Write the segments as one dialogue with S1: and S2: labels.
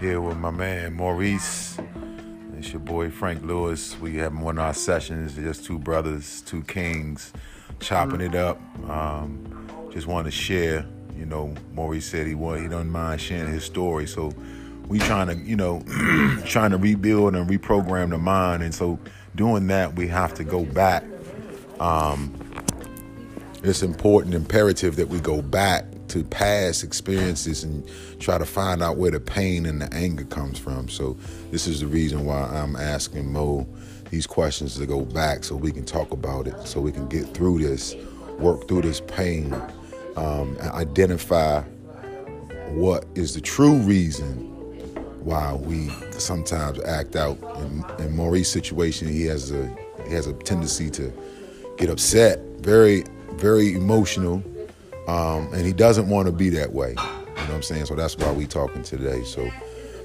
S1: here with my man Maurice. It's your boy Frank Lewis. We have one of our sessions, just two brothers, two kings, chopping it up. Um, just want to share. You know, Maurice said he want he don't mind sharing his story, so we trying to you know trying to rebuild and reprogram the mind, and so doing that we have to go back. Um, it's important imperative that we go back to past experiences and try to find out where the pain and the anger comes from. So this is the reason why I'm asking Mo these questions to go back so we can talk about it, so we can get through this, work through this pain, um, and identify what is the true reason why we sometimes act out. In, in Maurice's situation, he has a he has a tendency to get upset, very very emotional, um, and he doesn't want to be that way. You know what I'm saying? So that's why we talking today. So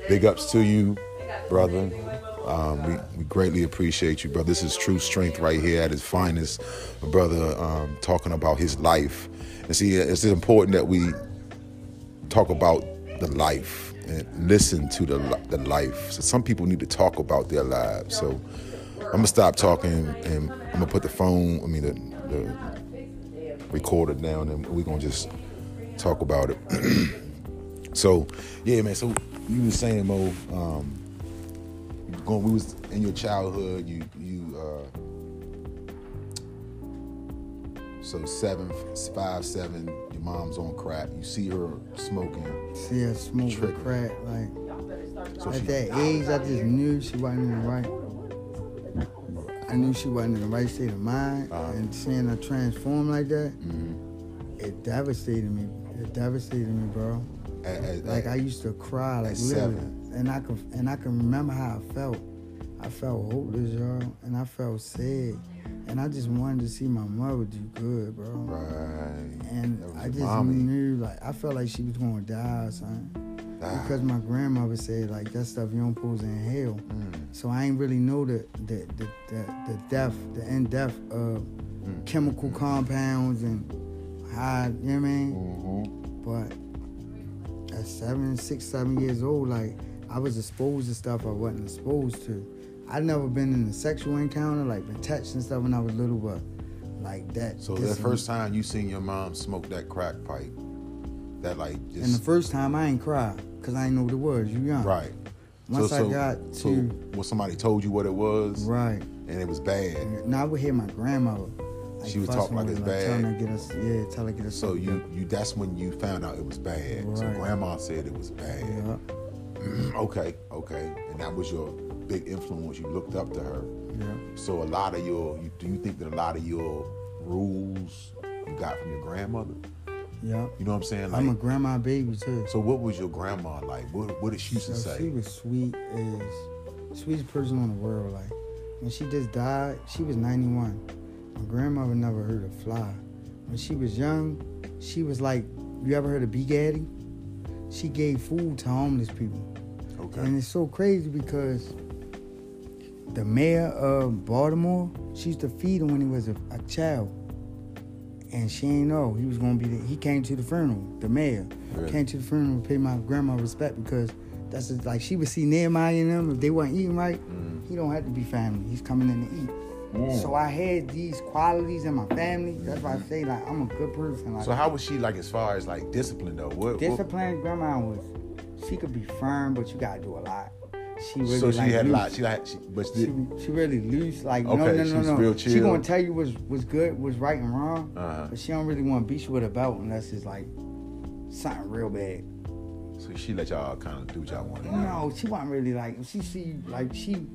S1: big ups to you, brother. Um, we, we greatly appreciate you, brother. This is true strength right here at its finest, A brother. Um, talking about his life, and see, it's important that we talk about the life and listen to the li- the life. So some people need to talk about their lives. So I'm gonna stop talking and I'm gonna put the phone. I mean the, the record it down and we're gonna just talk about it. so yeah, man. So you were saying, Mo, um, going we was in your childhood. You you uh, so seven five seven. Your mom's on crack. You see her smoking.
S2: See her smoking
S1: Tripping.
S2: crack. Like
S1: So
S2: at
S1: she-
S2: that age, I just knew she wasn't in the right. I knew she wasn't in the right state of mind,
S1: Uh-huh.
S2: and seeing her transform like that,
S1: Mhm.
S2: it devastated me. It devastated me, bro.
S1: At- at-
S2: Like I used to cry, like
S1: At
S2: literally,
S1: seven.
S2: and I can and I can remember how I felt. I felt hopeless, y'all, and I felt sad, and I just wanted to see my mother do good, bro.
S1: right.
S2: And
S1: That was
S2: I
S1: your
S2: just
S1: mommy.
S2: knew, like, I felt like she was gonna die, son,
S1: Ah,
S2: because my grandmother said like that stuff you don't pose in hell.
S1: mm,
S2: So I ain't really know the the the the, the depth, the in depth of
S1: mm,
S2: chemical compounds and how you know what I mean.
S1: mhm.
S2: But at seven, six, seven years old, like I was exposed to stuff I wasn't exposed to. I'd never been in a sexual encounter, like been touched and stuff when I was little, but like that.
S1: So
S2: this-
S1: that first time you seen your mom smoke that crack pipe, that like just
S2: and the first time I ain't cry, cause I ain't know what it was. You young,
S1: right.
S2: Once I got
S1: so
S2: to
S1: when somebody told you what it was
S2: right,
S1: and it was bad,
S2: now I would hear my grandmother.
S1: She was
S2: fussing
S1: talking like
S2: with
S1: it's
S2: her, Telling her
S1: bad.
S2: to get us, yeah, tell her to get us.
S1: so you you that's when you found out it was bad. So
S2: Right.
S1: grandma said it was bad.
S2: yeah,
S1: okay, okay, and that was your big influence. You looked up to her.
S2: yeah.
S1: So a lot of your you, do you think that a lot of your rules you got from your grandmother?
S2: yeah.
S1: You know what I'm saying? Like
S2: I'm a grandma baby too.
S1: so, what was your grandma like? What what did she used to
S2: So
S1: say?
S2: she was sweet as sweetest person on the world. Like when she just died, she was 91. My grandmother never heard a fly. When she was young, she was like, you ever heard of Big Daddy? She gave food to homeless people. And
S1: okay,
S2: it's so crazy because the mayor of Baltimore, she used to feed him when he was a, a child. And she ain't know he was gonna be there. He came to the funeral, the mayor.
S1: Really?
S2: Came to the funeral to pay my grandma respect because that's just, like she would see Nehemiah and them if they weren't eating right. He don't have to be family. He's coming in to eat.
S1: Mm.
S2: So I had these qualities in my family. That's why I say like I'm a good person. Like
S1: so how was she like as far as like discipline though? What, what-
S2: disciplined grandma was. She could be firm, but you gotta do a lot. She really
S1: so she
S2: like,
S1: had a
S2: loose.
S1: lot. She like she, but she,
S2: She,
S1: did,
S2: she really loose, like
S1: Okay,
S2: no, no,
S1: she
S2: no,
S1: was
S2: no.
S1: real
S2: She
S1: chill.
S2: gonna tell you what's what's good, what's right and wrong,
S1: Uh-huh.
S2: but she don't really want to beat you with a belt unless it's like something real bad.
S1: so she let y'all kind of do what y'all wanted.
S2: No, she wasn't really like she she like she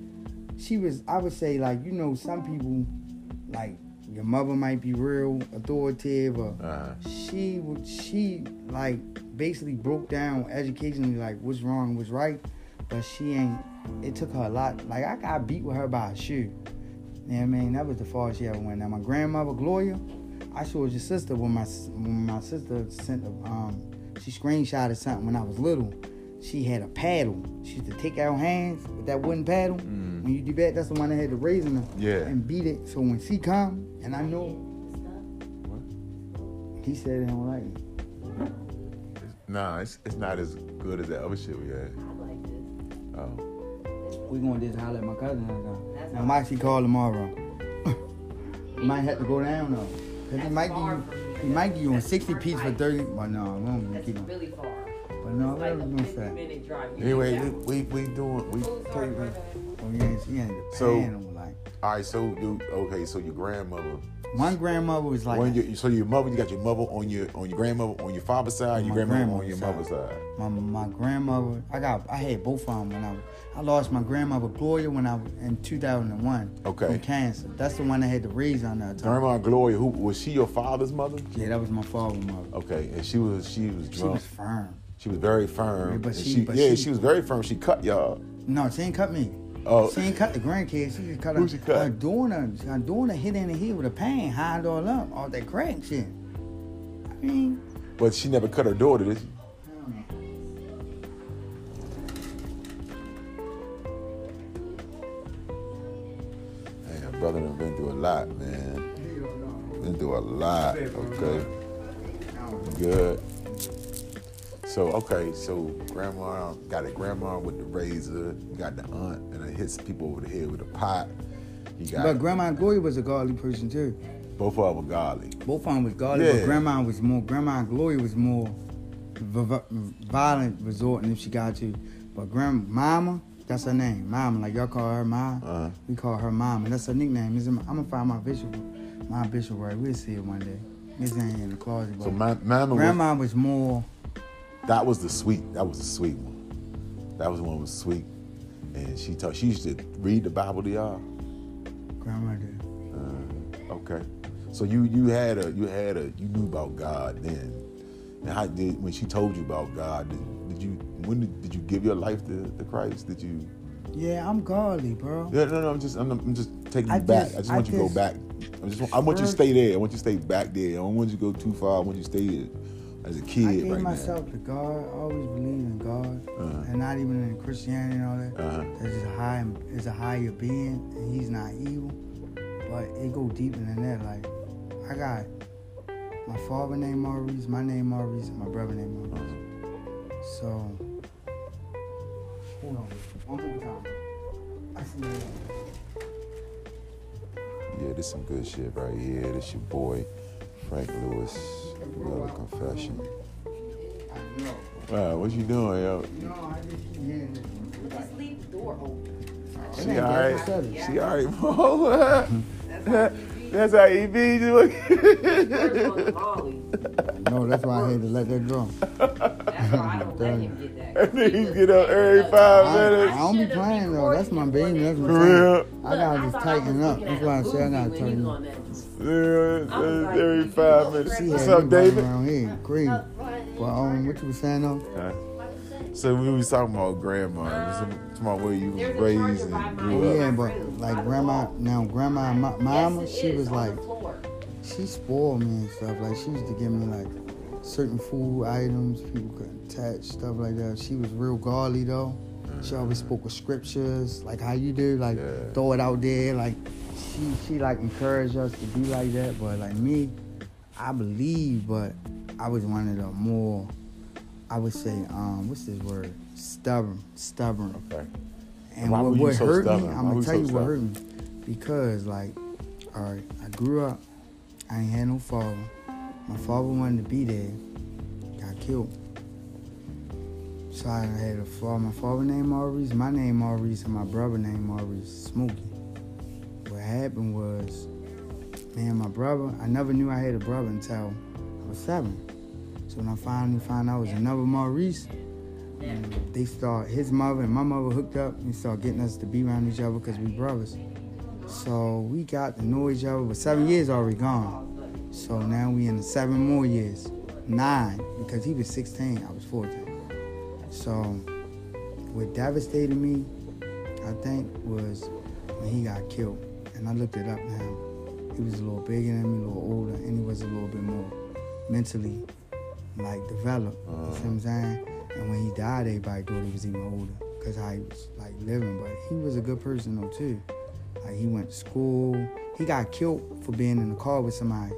S2: she was. I would say like you know some people like your mother might be real authoritative or
S1: Uh-huh.
S2: she would she like basically broke down educationally like what's wrong what's right but she ain't it took her a lot like i got beat with her by a shoe you know what i mean that was the farthest she ever went now my grandmother gloria i showed your sister when my s- when my sister sent a, um she screenshotted something when i was little she had a paddle she used to take out hands with that wooden paddle when you do that that's the one that had the razor in it
S1: Yeah.
S2: and beat it so when she come and i know he said he don't like me
S1: Nah, it's, it's not as good as that other shit we had.
S3: I liked it.
S1: Oh,
S2: We going to just holler at my cousin. and,
S3: That's
S2: uh, I might actually call tomorrow. might have to go down though. Cause it
S3: That's
S2: might
S3: far
S2: be
S3: from
S2: it
S3: here.
S2: might give you on
S3: That's
S2: 60
S3: far
S2: piece for
S3: right.
S2: 30. Well, no, I won't even
S3: That's
S2: keep it.
S3: really far.
S2: But no,
S3: it's
S2: I
S3: like a
S2: don't know
S3: 50
S2: that.
S3: minute drive. You
S1: anyway,
S3: get that
S1: we, we we doing we.
S3: food store,
S1: All
S3: brother.
S2: Oh yeah, she in Japan.
S1: So-
S2: I'm like,
S1: right, so you okay? So your grandmother,
S2: my grandmother was like,
S1: when you so your mother, you got your mother on your on your grandmother on your father's side, your
S2: My
S1: grandmother on your
S2: grandmother's
S1: mother's side.
S2: my my grandmother. I got I had both of them when I was- I lost my grandmother Gloria when I was in 2001
S1: Okay.
S2: from cancer. That's the one that had the rays on her tongue.
S1: Grandma Gloria, who was she your father's mother?
S2: Yeah, that was my father's mother.
S1: Okay, and she was she was
S2: She
S1: drunk.
S2: was firm.
S1: very firm.
S2: Yeah, but
S1: and
S2: she- but
S1: yeah,
S2: she-
S1: she, was very firm. She cut y'all.
S2: No, she ain't cut me.
S1: Oh.
S2: She ain't cut the grandkids. She just cut
S1: Who
S2: her,
S1: she cut?
S2: her daughter. Her daughter hit in the head with a pain, hide all up, all that crack shit. I mean,
S1: But she never cut her daughter, did she? Man, brother done been through a lot, man. Been through a lot. Okay. Good. So okay, so grandma got a grandma with the razor, got the aunt, and it hits people over the head with a pot. You got
S2: but Grandma Gloria was a godly person too.
S1: both of them are godly.
S2: Both of them was godly,
S1: Yeah.
S2: but Grandma was more. Grandma Gloria was more v- v- violent resorting if she got to. But Grandmama, that's her name, Mama. Like y'all call her Mama,
S1: Uh-huh.
S2: we call her Mama. That's her nickname. It's in my- I'm gonna find my bishop, my bishop right. We'll see it one day. It's in in the closet.
S1: So
S2: but-
S1: my mama was
S2: Grandma was more.
S1: That was the sweet. That was the sweet one. That was the one was sweet, and she taught. She used to read the Bible to y'all.
S2: Grandma did.
S1: Okay, so you you had a you had a you knew about God then, and how did when she told you about God? Did, did you when did, did you give your life to, to Christ? Did you?
S2: Yeah, I'm godly, bro.
S1: Yeah, no, no. I'm just I'm, I'm just taking you
S2: I
S1: back.
S2: just-
S1: I just
S2: I
S1: want you to go
S2: just-
S1: back. I just want, I want you to
S2: First-
S1: stay there. I want you to stay back there. I don't want you to go too far. I want you to stay there as a kid
S2: I gave
S1: right
S2: myself to God. I always believed in God, and not even in Christianity and all that.
S1: Uh-huh.
S2: There's just a high, it's a higher being, and He's not evil. But it go deeper than that. Like I got my father named Maurice, my name Maurice, and my brother named
S1: now.
S2: Maurice.
S1: Uh-huh.
S2: So hold on, one more time. I see you.
S1: Yeah, this some good shit right here. This your boy, Frank Lewis, Love and Confession.
S2: I know.
S1: Wow, what you doing, yo?
S2: No, I just keep hearing this.
S3: Just leave the door open.
S1: She alright. She alright, bro.
S3: That's how you be.
S1: That's how E he be
S3: First
S1: doing.
S3: one to Molly.
S2: No, that's why I had to let that go.
S3: That's why I don't let him get that.
S1: That nigga get up every five
S2: I, I
S1: minutes.
S2: don't be playing though. That's my baby. That's my
S1: For real.
S2: thing. I gotta just tighten up. That's why I say I gotta tighten up.
S1: Yeah, every five minutes.
S2: She
S1: What's
S2: had
S1: up,
S2: me
S1: David?
S2: around here, crazy. But um, what you was saying though?
S1: Huh? So we was talking about grandma. This is about where you was
S3: There's a
S1: raised
S3: charger by
S1: and
S3: my-
S1: grew
S2: Oh
S1: up.
S2: yeah, but like grandma, now grandma, my mama, she was like, she spoiled me and stuff. Like she used to give me like certain food items people couldn't touch, stuff like that. She was real godly though. She always spoke with scriptures, like how you do, like
S1: Yeah.
S2: throw it out there. Like she she like encouraged us to be like that. But like me, I believe, but I was one of the more I would say, um, what's this word? Stubborn, stubborn.
S1: Okay.
S2: And
S1: Why
S2: what,
S1: were you
S2: what
S1: so
S2: hurt me,
S1: stubborn? Why
S2: I'm
S1: were
S2: gonna
S1: you
S2: tell
S1: so
S2: you what hurt me. Because like, all right, I grew up, I ain't had no father. My father wanted to be there, got killed. So I had a father. My father named Maurice, my name Maurice, and my brother named Maurice Smokey. What happened was, me and my brother, I never knew I had a brother until I was seven. So when I finally found out it was another Maurice, they start his mother and my mother hooked up and started getting us to be around each other because we brothers. So we got to know each other, but seven years already gone. So now we in seven more years, nine because he was 16, I was 14. So what devastated me, I think, was when he got killed. And I looked it up now. He was a little bigger than me, a little older, and he was a little bit more mentally like developed.
S1: Uh-huh.
S2: You see what I'm saying? And when he died, everybody thought he was even older because how he was like living. But he was a good person though too. Like he went to school. He got killed for being in the car with somebody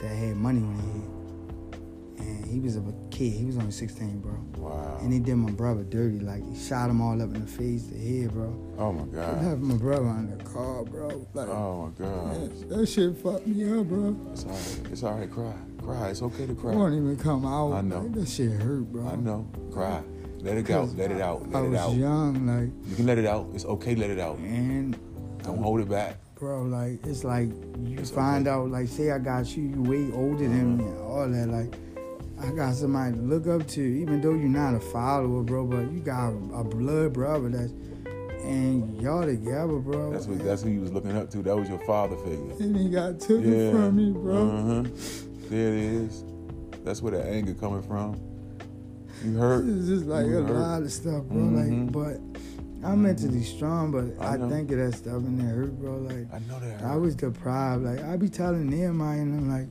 S2: that had money on his head. and he was a kid. He was only 16, bro.
S1: Wow.
S2: And they did my brother dirty. Like, he shot him all up in the face, the head, bro.
S1: Oh my
S2: I
S1: God.
S2: left my brother in the car, bro. Like,
S1: Oh my God.
S2: man, that shit fucked me up, bro.
S1: It's all right. It's all right. Cry. Cry. It's okay to
S2: I
S1: cry.
S2: won't even come out.
S1: I know.
S2: Like, that shit hurt, bro.
S1: I know. Cry. Let it out. Let it out.
S2: I
S1: Let it
S2: was
S1: out.
S2: young, like,
S1: You can let it out. It's okay. Let it out.
S2: and
S1: Don't hold it back.
S2: bro, like it's like you
S1: It's Uh-huh.
S2: find
S1: okay.
S2: out, like say I got you, you way older than me, and all that. Like I got somebody to look up to, even though you're not a follower, bro. But you got a blood brother that's and y'all together, bro.
S1: That's what. That's who you was looking up to. That was your father figure.
S2: and he got took
S1: Yeah.
S2: it from me, bro.
S1: Uh-huh. There it is. That's where the anger coming from. You hurt.
S2: It's just like
S1: You
S2: a
S1: hurt.
S2: lot of stuff, bro.
S1: Mhm.
S2: Like, but I'm mentally strong, but
S1: I
S2: I,
S1: know.
S2: think of that stuff and it hurt, bro. Like.
S1: I know that.
S2: I
S1: Hurt.
S2: was deprived. Like I be telling Nehemiah, and I'm like,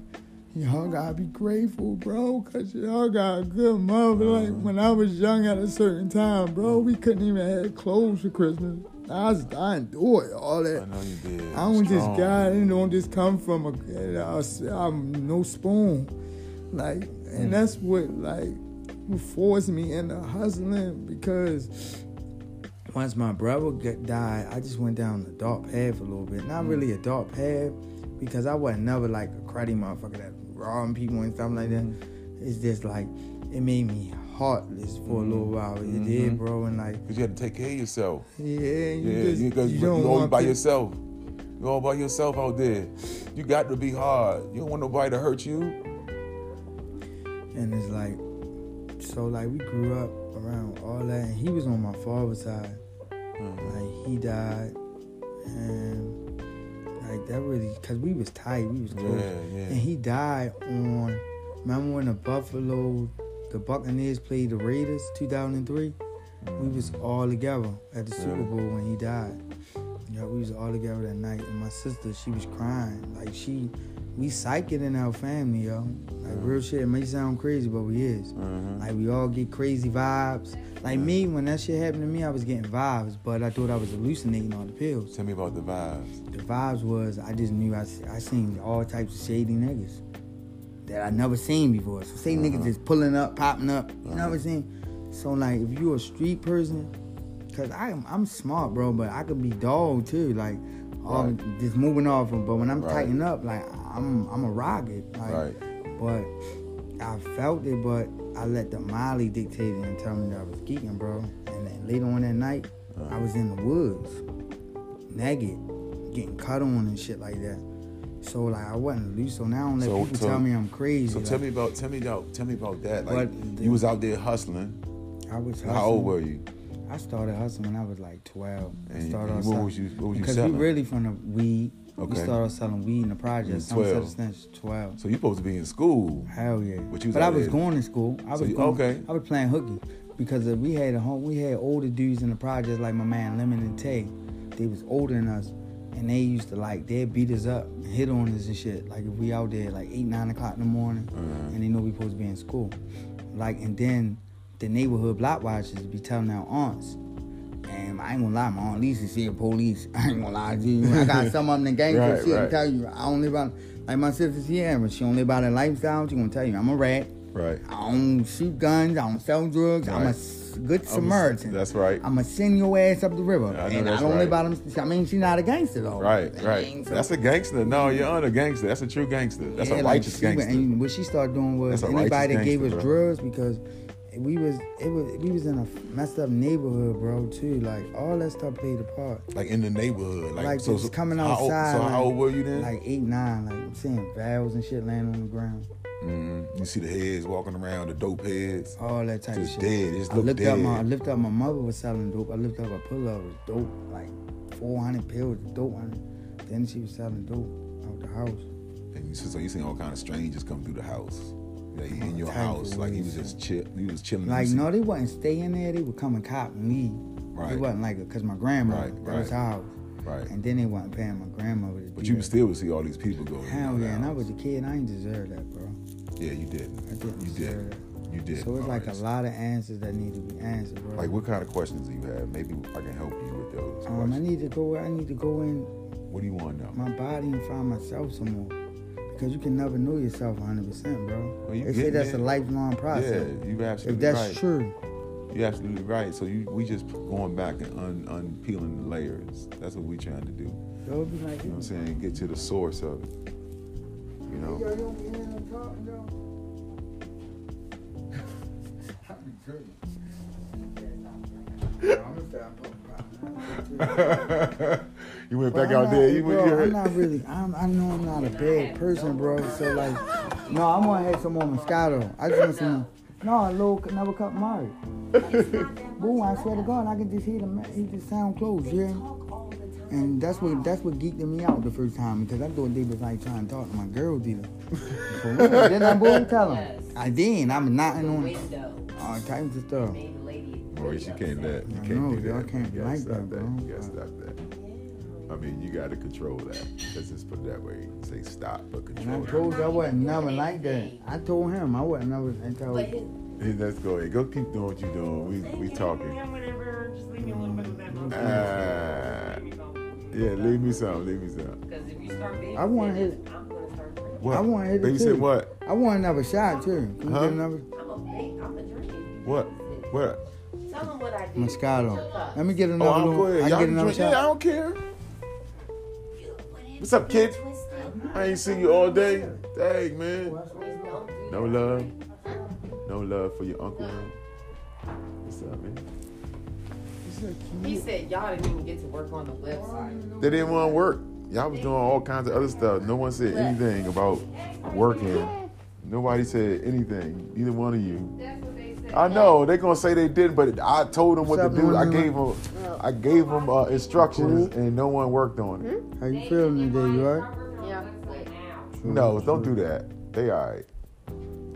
S2: y'all gotta be grateful, bro, cause y'all got a good mother. Like when I was young, at a certain time, bro, we couldn't even have clothes for Christmas. I was dying do it, all
S1: I
S2: that.
S1: know you did.
S2: I don't just
S1: Strong.
S2: got it. Don't just come from a, a, a, no spoon, like,
S1: Mm.
S2: and that's what like forced me into hustling because once my brother got, died, I just went down the dark path for a little bit.
S1: Mm.
S2: Not really a dark path because I wasn't never like a cruddy motherfucker that robbing people and stuff like that.
S1: Mm.
S2: It's just like it made me heartless for a little
S1: Mm.
S2: while. It did, bro, and like
S1: Cause you had to take care of yourself.
S2: yeah, you
S1: Mm-hmm. Yeah,
S2: just
S1: you, cause you,
S2: don't
S1: you all
S2: want
S1: by
S2: people-
S1: yourself. You all by yourself out there. You got to be hard. You don't want nobody to hurt you.
S2: And it's like, so like we grew up around all that, and he was on my father's side.
S1: Mm-hmm.
S2: Like he died, and like that really, cause we was tight, we was close.
S1: Yeah,
S2: And
S1: yeah.
S2: he died on, remember when the Buffalo, the Buccaneers played the Raiders, 2003? We was
S1: Mm-hmm.
S2: all together at the Super
S1: Really?
S2: Bowl when he died. Yeah, we was all together that night, and my sister, she was crying. Like she, we psychic in our family, yo. Like real shit. It may sound crazy, but we is.
S1: Mhm.
S2: Like we all get crazy vibes. Like me, when that shit happened to me, I was getting vibes, but I thought I was hallucinating on the pills.
S1: Tell me about the vibes.
S2: The vibes was I just knew I, s- I seen all types of shady niggas that I never seen before. So say niggas
S1: Uh-huh.
S2: just pulling up, popping up. You know what I'm saying? So like if you a street person, cause I'm I'm smart, bro, but I could be dog too. Like all just moving off. But when I'm
S1: Right.
S2: tightening up, like I'm I'm a rocket. Like,
S1: Right.
S2: But I felt it, but I let the Molly dictate it and tell me that I was geeking, bro. And then later on that night, I was in the woods, naked, getting cut on and shit like that. So like I wasn't loose. So now I don't let
S1: So-
S2: people
S1: so-
S2: tell me I'm crazy.
S1: So
S2: like,
S1: tell me about tell me about tell me about that. Like
S2: What-
S1: you was out there hustling.
S2: I was hustling.
S1: How old were you?
S2: I started hustling when I was like 12. I
S1: And-
S2: started
S1: and
S2: off
S1: what
S2: sell-
S1: was you- what was you
S2: because
S1: selling?
S2: we really from the weed. We
S1: Okay.
S2: started off selling weed in the projects.
S1: You was 12.
S2: I'm substance 12.
S1: So you supposed to be in school.
S2: Hell yeah.
S1: But you was
S2: But I
S1: out
S2: was
S1: there.
S2: going to school. I was
S1: you-
S2: going,
S1: okay.
S2: I was playing hooky because uh, we had a home. We had older dudes in the projects like my man Lemon and Tay. They was older than us, and they used to like they would beat us up, and hit on us and shit. Like if we out there like eight nine o'clock in the morning,
S1: Uh-huh.
S2: and they know we supposed to be in school. Like and then the neighborhood block watchers be telling our aunts. And I ain't gonna lie, my aunt Lisa said police. I ain't gonna lie to you. I got some of them in the gang
S1: Right,
S2: shit to
S1: right.
S2: tell you. I don't live out like my sister Sierra. She don't live out her lifestyle. She gonna tell you I'm a rat.
S1: Right.
S2: I don't shoot guns. I don't sell drugs. I'm a
S1: Right.
S2: s- good Samaritan.
S1: that's right.
S2: I'm gonna send your ass up the river.
S1: Yeah, I know
S2: and I
S1: that's
S2: don't live
S1: right.
S2: out them. I mean, she's not a gangster though.
S1: Right,
S2: I mean,
S1: right.
S2: so-
S1: That's a gangster. No, you're not a gangster. That's a true gangster. That's a
S2: yeah, like,
S1: righteous
S2: she went-
S1: gangster.
S2: And what she started doing was
S1: That's a righteous
S2: anybody that gave us
S1: gangster,
S2: drugs because we was it was we was in a messed up neighborhood, bro. Too like all that stuff played a part.
S1: like in the neighborhood. Like,
S2: Like,
S1: so,
S2: just
S1: so
S2: coming
S1: how old-
S2: outside.
S1: so
S2: like,
S1: how old were you then?
S2: Like eight, nine. Like I'm seeing valves and shit laying on the ground.
S1: Mhm. You see the heads walking around, the dope heads.
S2: All that type
S1: Just
S2: of shit.
S1: dead. Just
S2: I
S1: look
S2: looked up my I
S1: dead.
S2: looked up my mother was selling dope. I looked up a pull up was dope, like four hundred pills of dope on it. Then she was selling dope out the house.
S1: And you see, so you seen all kind of strangers come through the house. Like he in your
S2: Type
S1: house,
S2: of
S1: like he
S2: weird
S1: was
S2: shit.
S1: just chill. He was chilling. You
S2: Like
S1: see-
S2: no, they wasn't staying there. They would come and cop and leave. It
S1: Right.
S2: wasn't like it because my grandmother
S1: Right,
S2: that was
S1: right.
S2: her house,
S1: right.
S2: and then they wasn't paying my grandmother. To
S1: But
S2: do
S1: you
S2: that.
S1: still would see all these people going. in
S2: hell
S1: and
S2: yeah, and I
S1: out.
S2: was a kid. I ain't deserve that, bro.
S1: Yeah, you did.
S2: I didn't
S1: You
S2: deserve
S1: did. You did.
S2: that. So it's
S1: All
S2: like
S1: right.
S2: a lot of answers that need to be answered, bro.
S1: Like what kind of questions do you have? Maybe I can help you with those.
S2: um, I
S1: questions.
S2: need to go. I need to go in
S1: What do you want to know?
S2: my body and find myself some more. Because you can never know yourself 100%, bro.
S1: Well, you
S2: they say
S1: getting
S2: that's
S1: there.
S2: a lifelong
S1: Yeah,
S2: process.
S1: you
S2: if
S1: absolutely
S2: that's
S1: right.
S2: true,
S1: You're absolutely right. So you, we just going back and un, unpeeling the layers. That's what we trying to do. You know
S2: they'll be like,
S1: what I'm saying? Get to the source of it. You
S2: Yo,
S1: know.
S2: you don't be hearing them talking, yo. I'd be good.
S1: you went
S2: But
S1: back
S2: I'm
S1: out
S2: not-
S1: there. You went.
S2: bro,
S1: You
S2: I'm
S1: heard.
S2: not really. I'm, I know I'm not a bad person, bro. So like, no, I'm gonna have some more Moscato. I just want some. No, a little another cup Mari. Boom! I swear to God, I can just hear the ma- hear the sound close, yeah. And that's what that's what geeked me out the first time because I thought they was like trying to talk to my girl dealer. For real. then I boom tell him.
S3: Yes.
S2: I did. I'm
S3: The
S2: knotting on
S3: window.
S2: all types of stuff.
S3: Made the lady.
S1: Boy, you can't let. You
S2: I
S1: can't
S2: know,
S1: do
S2: y'all
S1: that.
S2: can't
S1: you gotta
S2: like
S1: stop
S2: that, bro.
S1: You gotta stop that. I mean, you gotta control that. Let's just put it that way. Say stop, but
S2: And I
S1: control.
S2: told you I wasn't never like that. I told him I wasn't never until
S3: But his,
S1: it. Hey, let's go. Hey, go keep doing what you're doing. We we talking. Ah. Yeah, leave me some. Leave me some.
S3: because if you start being,
S2: I want
S3: serious,
S2: his-
S3: I'm gonna start drinking.
S1: What?
S2: I wanna hit it
S1: Baby said
S2: too.
S1: what?
S2: I want another shot too. Can you
S1: Huh?
S2: get another
S3: I'm a big, I'm a drinking.
S1: What? What?
S3: Tell him what I did.
S2: Moscato? Let me get another.
S1: Oh, I'm
S2: little-
S1: good.
S2: I
S1: Y'all
S2: get
S1: can
S2: another
S1: drink. Yeah, I
S2: shot.
S1: don't care. What's up, kids? I ain't seen you all day. Dang, man. No love. No love for your uncle. Man. What's up, man?
S3: He said y'all didn't even get to work on the website.
S1: They didn't want to work. Y'all was doing all kinds of other stuff. No one said anything about working. Nobody said anything. Neither one of you.
S3: That's what they said.
S1: I know they gonna say they didn't, but I told them what to do. I gave them, I gave them uh, instructions, and no one worked on it.
S2: How you feeling today? You alright?
S3: Yeah.
S1: No, don't do that. They alright.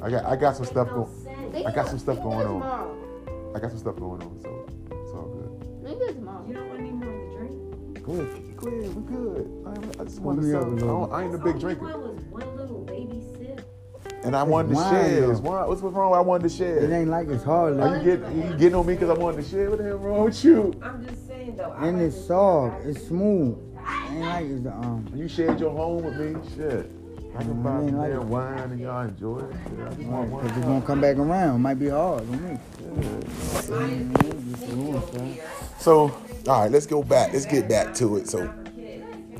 S1: I got I got some stuff going. I got some stuff going on. I got some stuff going on, so it's all good.
S4: Niggas mom.
S3: You don't want any more to drink?
S1: Go ahead, go ahead. We good. I, ain't- I just wanted
S2: me up a
S1: something. I,
S2: little.
S1: don't- I ain't a big drinker,
S3: was one little baby sip.
S1: and I wanted to
S2: wine,
S1: share.
S2: though.
S1: It's wine. What's what's wrong? with I wanted to
S2: It
S1: share.
S2: ain't like it's hard.
S1: Are you
S2: Like,
S1: getting you getting on me because I wanted to share? What the hell wrong with you?
S3: I'm just saying though. I
S2: and
S3: like
S2: it's
S3: to-
S2: soft. It's smooth. It ain't like it's the um.
S1: You shared your home with me. Shit. I can buy
S2: Mm, I
S1: some
S2: ain't like
S1: damn
S2: it.
S1: wine and y'all enjoy it. Yeah, I just want
S2: Cause it's
S1: wine.
S2: gonna come back around. It might be hard on me.
S3: Mine is pink over here.
S1: So, all right, let's go back. Let's get back to it. So,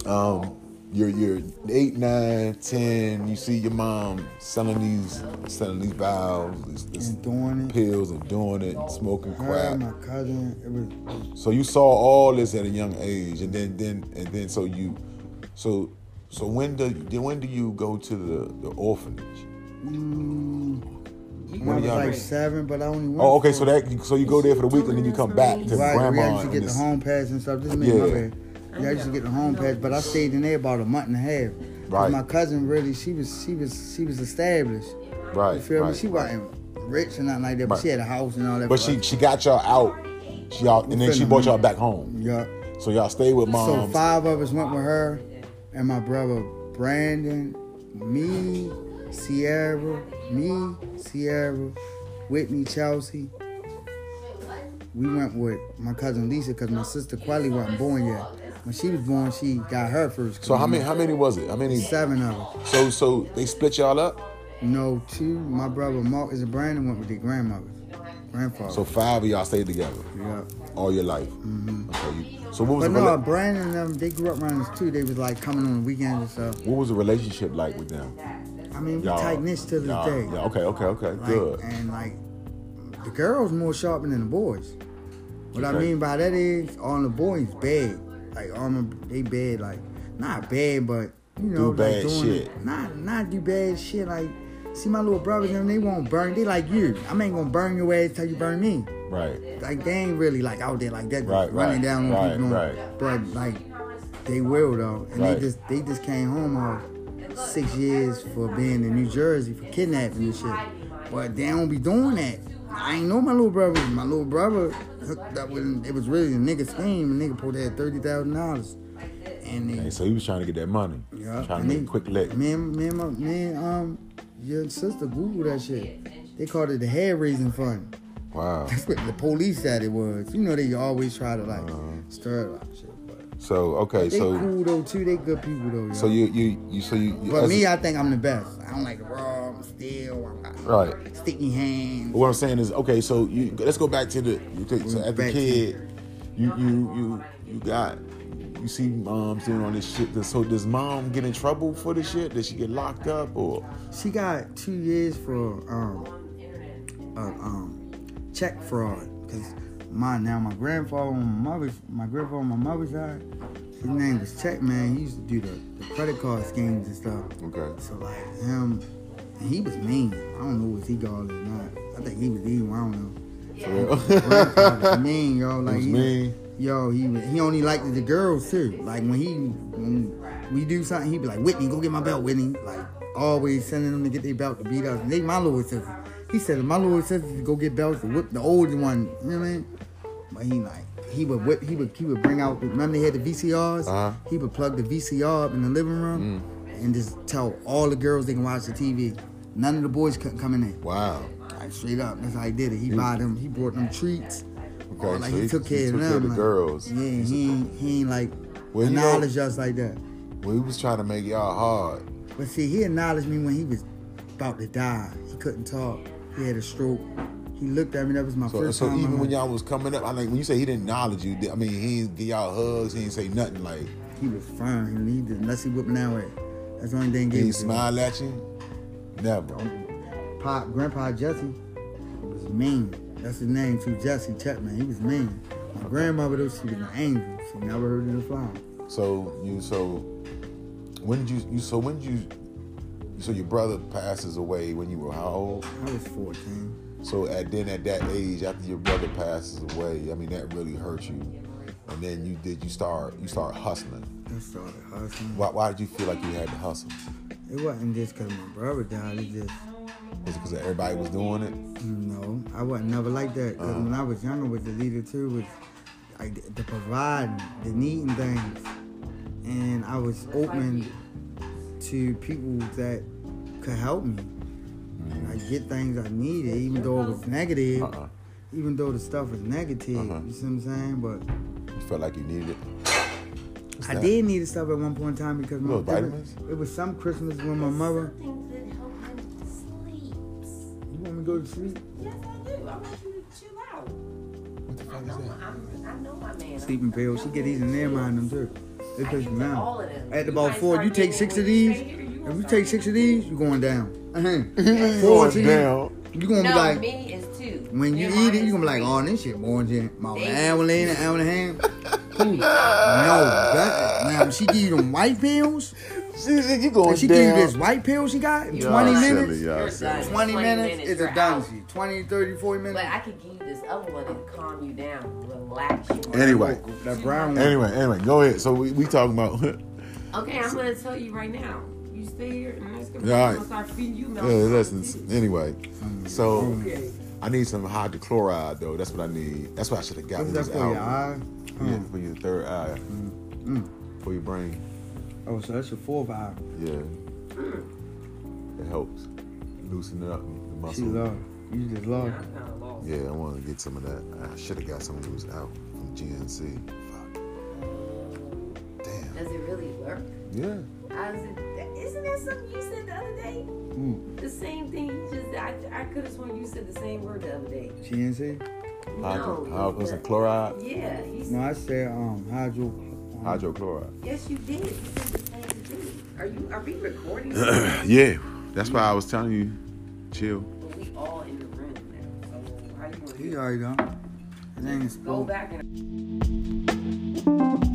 S1: um, you're you're eight, nine, ten. You see your mom selling these selling these vials, this,
S2: And
S1: this
S2: doing it.
S1: pills, and doing it, and smoking crack.
S2: Her, my cousin. It was.
S1: So you saw all this at a young age, and then then and then so you, so so when do then when do you go to the the orphanage?
S2: Mm, when
S1: One of
S2: I was
S1: y'all
S2: like
S1: was-
S2: seven, but I only went.
S1: Oh, okay.
S2: for-
S1: So that so you go there for the week, and then you come back to
S2: Right, we
S1: grandma.
S2: actually
S1: and
S2: get the
S1: this-
S2: home pass and stuff. This is me,
S1: Yeah.
S2: my bad. We actually get the home pass, but I stayed in there about a month and a half. 'Cause
S1: Right.
S2: My cousin really, she was, she was, she was established.
S1: right,
S2: You feel me?
S1: right,
S2: She
S1: right.
S2: wasn't rich or nothing like that, but
S1: Right.
S2: she had a house and all that.
S1: But she she got y'all out. She out, and then she brought y'all back home.
S2: yeah.
S1: So y'all stayed with
S2: So
S1: mom.
S2: five of us went with her, and my brother Brandon, me, Sierra, me, Sierra, Whitney, Chelsea. We went with my cousin Lisa because my sister Quelly wasn't born yet. When she was born, she got her first.
S1: So how many
S2: communion.
S1: how many was it? How many?
S2: Seven of us.
S1: So so they split y'all up.
S2: No, two. My brother Marcus and Brandon went with their grandmothers, grandfather.
S1: So five of y'all stayed together
S2: yeah.
S1: all your life. Okay, you- so what was
S2: Mm-hmm. But
S1: the
S2: no,
S1: rela-
S2: Brandon and them, they grew up around us too. They was like coming on the weekends and stuff.
S1: what was the relationship like with them?
S2: I mean, we
S1: Y'all
S2: tight knit to this
S1: y'all-
S2: day.
S1: Yeah. Okay. Okay. Okay.
S2: Like,
S1: Good.
S2: And like, the girls more sharper than the boys. What I
S1: Okay.
S2: mean by that is, on the boys bad, like on them they bad, like not bad, but you know, like
S1: bad
S2: doing
S1: shit.
S2: not not do bad shit. Like, see my little brothers and them, they won't burn. They like you. I ain't gonna burn your ass till you burn me.
S1: Right.
S2: Like they ain't really like out there like that,
S1: Right,
S2: running
S1: right,
S2: down on
S1: right,
S2: people.
S1: right.
S2: But like, they will though, and
S1: Right.
S2: they just they just came home off six years for being in New Jersey for kidnapping and shit. But they don't be doing that. I ain't know my little brother. My little brother hooked up with it was really a nigga scheme. A nigga pulled that thirty thousand dollars, and they,
S1: Hey, so he was trying to get that money.
S2: yeah,
S1: Trying to
S2: and
S1: make
S2: they-
S1: a quick lick.
S2: Me and me and my me and, um your sister Google that shit. They called it the hair raising fund.
S1: Wow.
S2: That's what the police said it was. You know they always try to like stir a lot of shit. But
S1: So okay,
S2: They
S1: Uh-huh. so
S2: cool though too. They good people though. Yo.
S1: so you you you so you. as
S2: but
S1: a-
S2: me, I think I'm the best. I don't like the raw. I'm steel. I'm got
S1: Right.
S2: Sticky hands.
S1: What I'm saying is, okay, so you let's go back to the you take, so as a
S2: Back to-
S1: kid, you you you you got you see mom sitting on this shit. Does- So does mom get in trouble for this shit? Does she get locked up or
S2: She got two years for um, uh, um, check fraud because my now my grandfather on my mother's my grandfather on my mother's side, his name was Check Man. He used to do the, the credit card schemes and stuff.
S1: okay?
S2: So like him, and he was mean. I don't know was he called it or not. I think he was evil. I don't
S1: For
S2: know.
S1: real?
S2: Grandpa was mean, yo. Like
S1: was
S2: he-
S1: mean.
S2: Yo, he was- he only liked the girls too. Like when he when we do something, he'd be like, Whitney, go get my belt, Whitney. Like always sending them to get their belt to beat us. And they my little sister. He said my little sister to go get belts to whip the older one. You know what I mean? But he like he would whip he would he would bring out remember they had the VCRs?
S1: Uh-huh.
S2: He would plug the VCR up in the living room and just tell all the girls they can watch the TV. None of the boys couldn't come in there.
S1: Wow.
S2: Like straight up, that's how he did it. He bought them. He brought them treats.
S1: Okay,
S2: Or, Oh, like
S1: so
S2: he,
S1: he-
S2: took
S1: he
S2: care
S1: took
S2: of them.
S1: care of the
S2: like,
S1: girls.
S2: Yeah,
S1: He's a-
S2: he ain't, he ain't like
S1: Well, you know-
S2: acknowledge us like that.
S1: Well, he was trying to make y'all hard.
S2: But see, he acknowledged me when he was about to die. He couldn't talk. He had a stroke. He looked at me. That was my
S1: So,
S2: first
S1: so
S2: time.
S1: even
S2: I
S1: when
S2: met-
S1: y'all was coming up, I mean, when you say he didn't acknowledge you, I mean, he didn't give y'all hugs, he didn't say nothing like
S2: he was fine. He needed unless he whipping out at. That's the only thing
S1: he
S2: he
S1: didn't
S2: gave me.
S1: smile at you. Never.
S2: Pop, Grandpa Jesse was mean. That's his name too, Jesse Chapman. He was mean. My grandmother though, she was an angel. She never heard of the flower.
S1: So you so when did you you so when did you so your brother passes away when you were how old?
S2: I was 14.
S1: So at then at that age, after your brother passes away, I mean that really hurt you. And then you did you start you start hustling.
S2: I started hustling.
S1: Why, why did you feel like you had to hustle?
S2: It wasn't just because my brother died. It just,
S1: Was it because everybody was doing it?
S2: you know, I wasn't never like that. 'Cause
S1: Uh.
S2: when I was younger, with the leader too, was like the, the providing, the needing things, and I was open to people that could help me. I get things I needed, even though it was negative.
S1: Mm. Uh-uh.
S2: Even though the stuff was negative,
S1: Uh-huh.
S2: you see what I'm saying? But
S1: You felt like you needed it.
S2: I
S1: that?
S2: did need the stuff at one point in time because my
S1: Little
S2: there was-
S1: vitamins?
S2: It was some Christmas when my mother.
S4: Something that help him sleep.
S2: You want me to go to sleep?
S3: Yes, I do. I want you to chill out.
S1: What the
S3: I
S1: fuck is
S3: know,
S1: that?
S3: I'm, I know my man.
S2: sleeping pills. She get these in their mind them too. They put you
S3: All
S2: down.
S3: of them.
S2: At
S3: You
S2: about
S3: might
S2: four,
S3: start
S2: you take
S3: getting
S2: six
S3: it
S2: of
S3: when you
S2: these.
S3: stay here, you
S2: If you
S3: gonna
S2: take
S3: start
S2: six of these, you're going down. Uh-huh.
S1: Going
S2: Four to you,
S1: down.
S2: you gonna be
S3: No,
S2: like,
S3: me is two.
S2: when you
S3: And
S2: eat
S3: mine
S2: it,
S3: is
S2: you gonna be like,
S3: three.
S2: oh, this shit orange in about an
S3: Thank
S2: hour later, an hour and a half. Ooh, no, that, now when she give you them white pills,
S1: She, she, you going
S2: if she give you this white pill she got in 20 minutes,
S3: You're done.
S2: 20 minutes is
S3: you're
S2: a
S3: out.
S2: downsy. 20, 30, 40
S3: But
S2: minutes.
S3: I could give you this other one and calm you down, relax you.
S1: Anyway.
S2: That brown one.
S1: Anyway, anyway, go ahead. So we, we talking about yeah,
S3: Okay, I'm gonna tell you right now. You stay here and that's gonna,
S1: All
S3: I'm
S1: right.
S3: gonna start feeding you milk.
S1: listen. Anyway, so
S3: Okay.
S1: I need some hydrochloride though. That's what I need. That's what I should have
S2: What's
S1: gotten
S2: that
S1: this
S2: for your
S1: album.
S2: eye? Hmm.
S1: Yeah, for your third eye,
S2: Mm.
S1: for your brain.
S2: Oh, so that's your fourth eye.
S1: Yeah, it helps loosen it up the
S2: She
S1: muscle.
S2: love. You just love.
S3: I'm kinda lost.
S1: uh, Yeah, I want to get some of that. I should have got some when it was out from GNC. Fuck. Damn.
S3: Does it really work?
S1: Yeah.
S3: I was, isn't that something you said the other day?
S1: Hmm.
S2: Mm.
S3: The same thing. You just I, I could have sworn you said the same word the other day.
S2: She didn't say.
S1: Hydro,
S3: no,
S1: hydro,
S3: you-
S1: was it chloride?
S3: Yeah, he
S2: No,
S3: said,
S2: I said um hydro.
S1: Hydrochloride.
S3: yes, you did. You said the same thing. Are you? Are we recording? but
S1: yeah, that's why I was telling you, chill.
S3: we all in the room now. So how you gonna
S2: He uh,
S3: do? it?
S2: already done. His name is
S3: Go
S2: Spoke.
S3: back and.